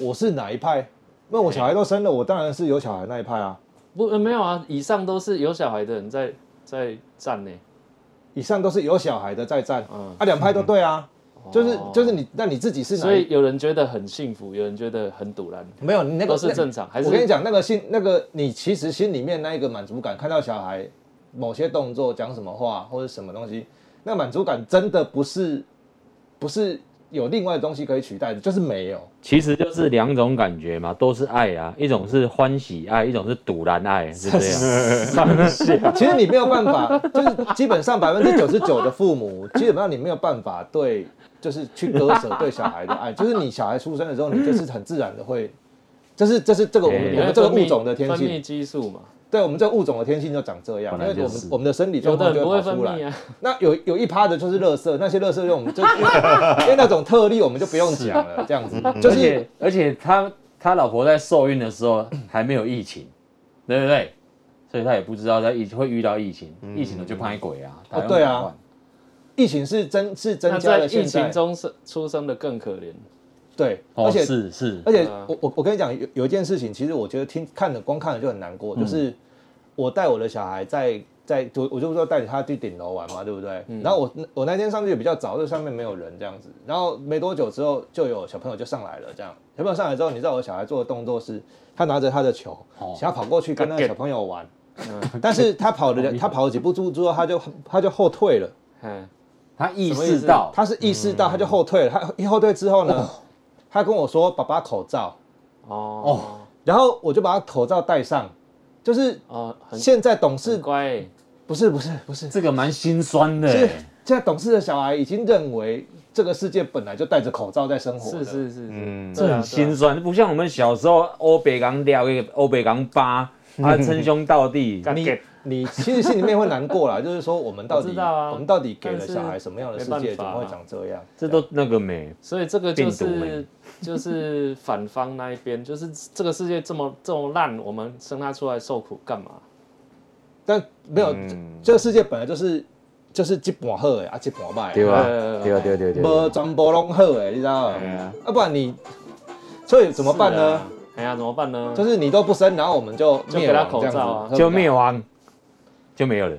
Speaker 2: 我是哪一派？那我小孩都生
Speaker 1: 嗯
Speaker 2: 了，我当然是有小孩那一派啊。
Speaker 1: 不，呃没有啊，以上都是有小孩的人在在站呢、
Speaker 2: 以上都是有小孩的在站，
Speaker 1: 嗯
Speaker 2: 啊，两派都对啊。就是
Speaker 1: 哦
Speaker 2: 就是你，那你自己是哪
Speaker 1: 所以
Speaker 2: 一？
Speaker 1: 有人觉得很幸福，有人觉得很堵然，
Speaker 2: 没有，你那个
Speaker 1: 都是正常。还
Speaker 2: 那
Speaker 1: 是
Speaker 2: 我跟你讲，那个心，那个你其实心里面那一个满足感，看到小孩某些动作、讲什么话或者什么东西，那满足感真的不是不是有另外的东西可以取代的，就是没有。
Speaker 3: 其实就是两种感觉嘛，都是爱啊，一种是欢喜爱，一种是堵然爱，是这样。
Speaker 2: 其实你没有办法，就是基本上百分之九十九的父母，基本上你没有办法对，就是去割舍对小孩的爱。就是你小孩出生的时候，你就是很自然的会，这是这是这个我们
Speaker 3: 对
Speaker 2: 我
Speaker 1: 因为
Speaker 2: 们这个
Speaker 1: 分泌
Speaker 2: 物种的天
Speaker 1: 分泌
Speaker 2: 性，
Speaker 1: 激素嘛，
Speaker 2: 对我们这个物种的天性就长这样，因
Speaker 3: 本来
Speaker 2: 为
Speaker 3: 就
Speaker 2: 我
Speaker 3: 是
Speaker 2: 们我们的生理
Speaker 1: 有
Speaker 2: 状
Speaker 1: 的
Speaker 2: 况
Speaker 1: 人
Speaker 2: 就
Speaker 1: 不会
Speaker 2: 会跑
Speaker 1: 分
Speaker 2: 出来
Speaker 1: 泌。啊。
Speaker 2: 那有有一趴的就是垃圾，那些垃圾用我们就 因为因为那种特例我们就不用讲了，这样子
Speaker 1: 嗯
Speaker 2: 就
Speaker 3: 而
Speaker 2: 是
Speaker 3: 且而且他他老婆在受孕的时候还没有疫情，对不对？所以他也不知道在疫会遇到疫情，疫情了就拍鬼啊！打
Speaker 2: 嗯哦对啊疫情是增是增
Speaker 1: 那
Speaker 2: 加
Speaker 1: 在
Speaker 2: 了现
Speaker 1: 疫
Speaker 2: 在
Speaker 1: 情中生出生的更可怜，
Speaker 2: 对，
Speaker 3: 两
Speaker 2: 而
Speaker 3: 万，
Speaker 2: 且
Speaker 3: 哦是是，
Speaker 2: 而且
Speaker 1: 啊
Speaker 2: 我我我跟你讲，有有一件事情，其实我觉得听看了光看了就很难过，就是我带我的小孩在在，就我就说带着他去顶楼玩嘛，对不对？然后我我那天上去也比较早，就上面没有人这样子，然后没多久之后就有小朋友就上来了，这样小朋友上来之后，你知道我小孩做的动作是，他拿着他的球，想要跑过去跟那个小朋友玩，但是他跑了他跑了几步之之后，他就他就后退了。
Speaker 1: 嗯，
Speaker 3: 他意识到
Speaker 2: 他是意识到，他就后退了。他一后退之后呢，他跟我说：“爸爸口罩。”
Speaker 1: 哦，
Speaker 2: 然后我就把他口罩戴上，就是
Speaker 1: 哦，很
Speaker 2: 现在董事
Speaker 1: 很乖欸，
Speaker 2: 不是不是不是，
Speaker 3: 这个蛮心酸的
Speaker 2: 是
Speaker 3: 欸。
Speaker 2: 现在董事的小孩已经认为这个世界本来就戴着口罩在生活
Speaker 1: 是
Speaker 2: 了，
Speaker 1: 是是是，
Speaker 5: 嗯
Speaker 1: 对
Speaker 3: 这
Speaker 1: 啊
Speaker 3: 很心酸，不像我们小时候欧北港料一个欧北港吧，啊称兄道弟，
Speaker 1: 对啊
Speaker 2: 你你其实心里面会难过 啦，就是说我们到底
Speaker 1: 我知道啊
Speaker 2: 我们到底给了
Speaker 1: 但是
Speaker 2: 小孩什么样的世界，
Speaker 1: 没办
Speaker 2: 怎
Speaker 1: 法啊
Speaker 2: 么会长这样？
Speaker 3: 这都那个没
Speaker 1: 所以这个就
Speaker 3: 病毒
Speaker 1: 是
Speaker 3: 欸
Speaker 1: 就是反方那一边， 就是这个世界这么这么烂，我们生他出来受苦干嘛？
Speaker 2: 但没有，这
Speaker 5: 嗯
Speaker 2: 这个世界本来就是就是一半好的啊，一半坏的，
Speaker 3: 对吧？
Speaker 1: 呃
Speaker 3: 对啊对啊对啊对啊，
Speaker 2: 无全部拢好诶，你知道吗？
Speaker 5: 对啊
Speaker 2: 啊，不然你，所以怎么办
Speaker 1: 是
Speaker 2: 呢
Speaker 1: 啊？？哎呀，怎么办呢？
Speaker 2: 就是是你都不生，然后我们就
Speaker 1: 就
Speaker 2: 灭
Speaker 1: 给他
Speaker 2: 亡
Speaker 1: 口
Speaker 2: 这样子
Speaker 1: 罩啊
Speaker 2: 对不对
Speaker 3: 就灭亡，就没有了。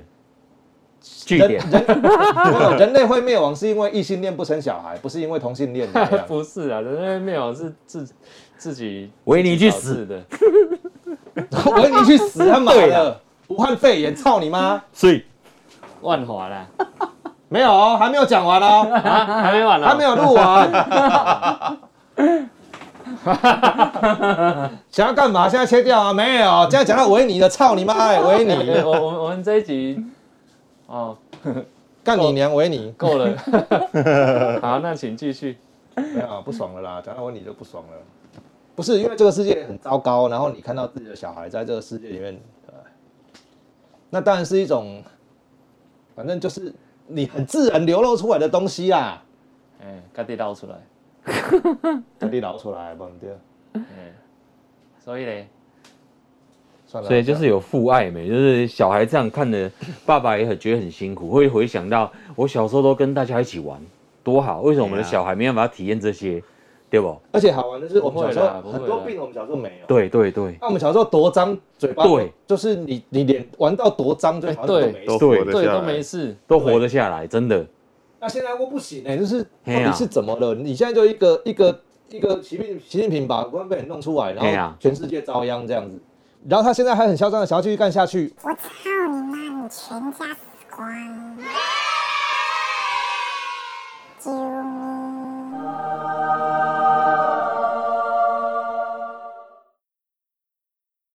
Speaker 3: 据
Speaker 2: 人
Speaker 3: 点，
Speaker 2: 人 没有人类会灭亡是因为异性恋不生小孩，不是因为同性恋 那样。
Speaker 1: 不是啊，人类灭亡是自自己
Speaker 3: 维尼去死
Speaker 1: 自己导致的，
Speaker 2: 我跟你去死他妈的！武汉肺炎，操你妈！
Speaker 3: 所以
Speaker 1: 万华啦，
Speaker 2: 没有哦，还没有讲完哦，
Speaker 1: 啊，还没完呢，
Speaker 2: 还没有录完。 想要干嘛？现在切掉啊？没有，现在讲到维尼的，操你妈哎，维尼，
Speaker 1: 对，我我们我们这一集哦
Speaker 2: 干你娘维尼！
Speaker 1: 够了， 好，那请继续。
Speaker 2: 没有啊不爽了啦，讲到问你就不爽了。不是因为这个世界很糟糕，然后你看到自己的小孩在这个世界里面，呃那当然是一种，反正就是你很自然流露出来的东西啊啦。
Speaker 1: 哎，赶紧捞出来。
Speaker 2: 等你捞出来，不对，啊
Speaker 1: 哎，所以嘞，
Speaker 2: 算了。
Speaker 3: 所以就是有父爱没，就是小孩这样看的，爸爸也很觉得很辛苦，会回想到我小时候都跟大家一起玩，多好，为什么我们的
Speaker 5: 对啊
Speaker 3: 小孩没办法体验这些，对不？
Speaker 2: 而且好玩的是，我们小时
Speaker 1: 不会啦不
Speaker 2: 候啊
Speaker 1: 会啦
Speaker 2: 很多病我们小时候没有。
Speaker 3: 对对对
Speaker 2: 那我们小时候多脏嘴巴，
Speaker 3: 对，
Speaker 2: 就是你你脸玩到多脏，就好像都
Speaker 1: 哎对
Speaker 2: 没
Speaker 5: 都。
Speaker 2: 事
Speaker 5: 活得
Speaker 1: 对，
Speaker 5: 下
Speaker 1: 都
Speaker 5: 来
Speaker 1: 没。事，
Speaker 3: 都活得下来，真的。
Speaker 2: 那现在我不行哎、就是到
Speaker 3: 嘿啊
Speaker 2: 底是怎么了？你现在就一个一个一个习近习近平把武汉肺炎弄出来，
Speaker 3: 嘿
Speaker 2: 然后
Speaker 3: 啊
Speaker 2: 全世界遭殃这样子。然后他现在还很嚣张的想要继续干下去，
Speaker 6: 我操你妈！你全家死光！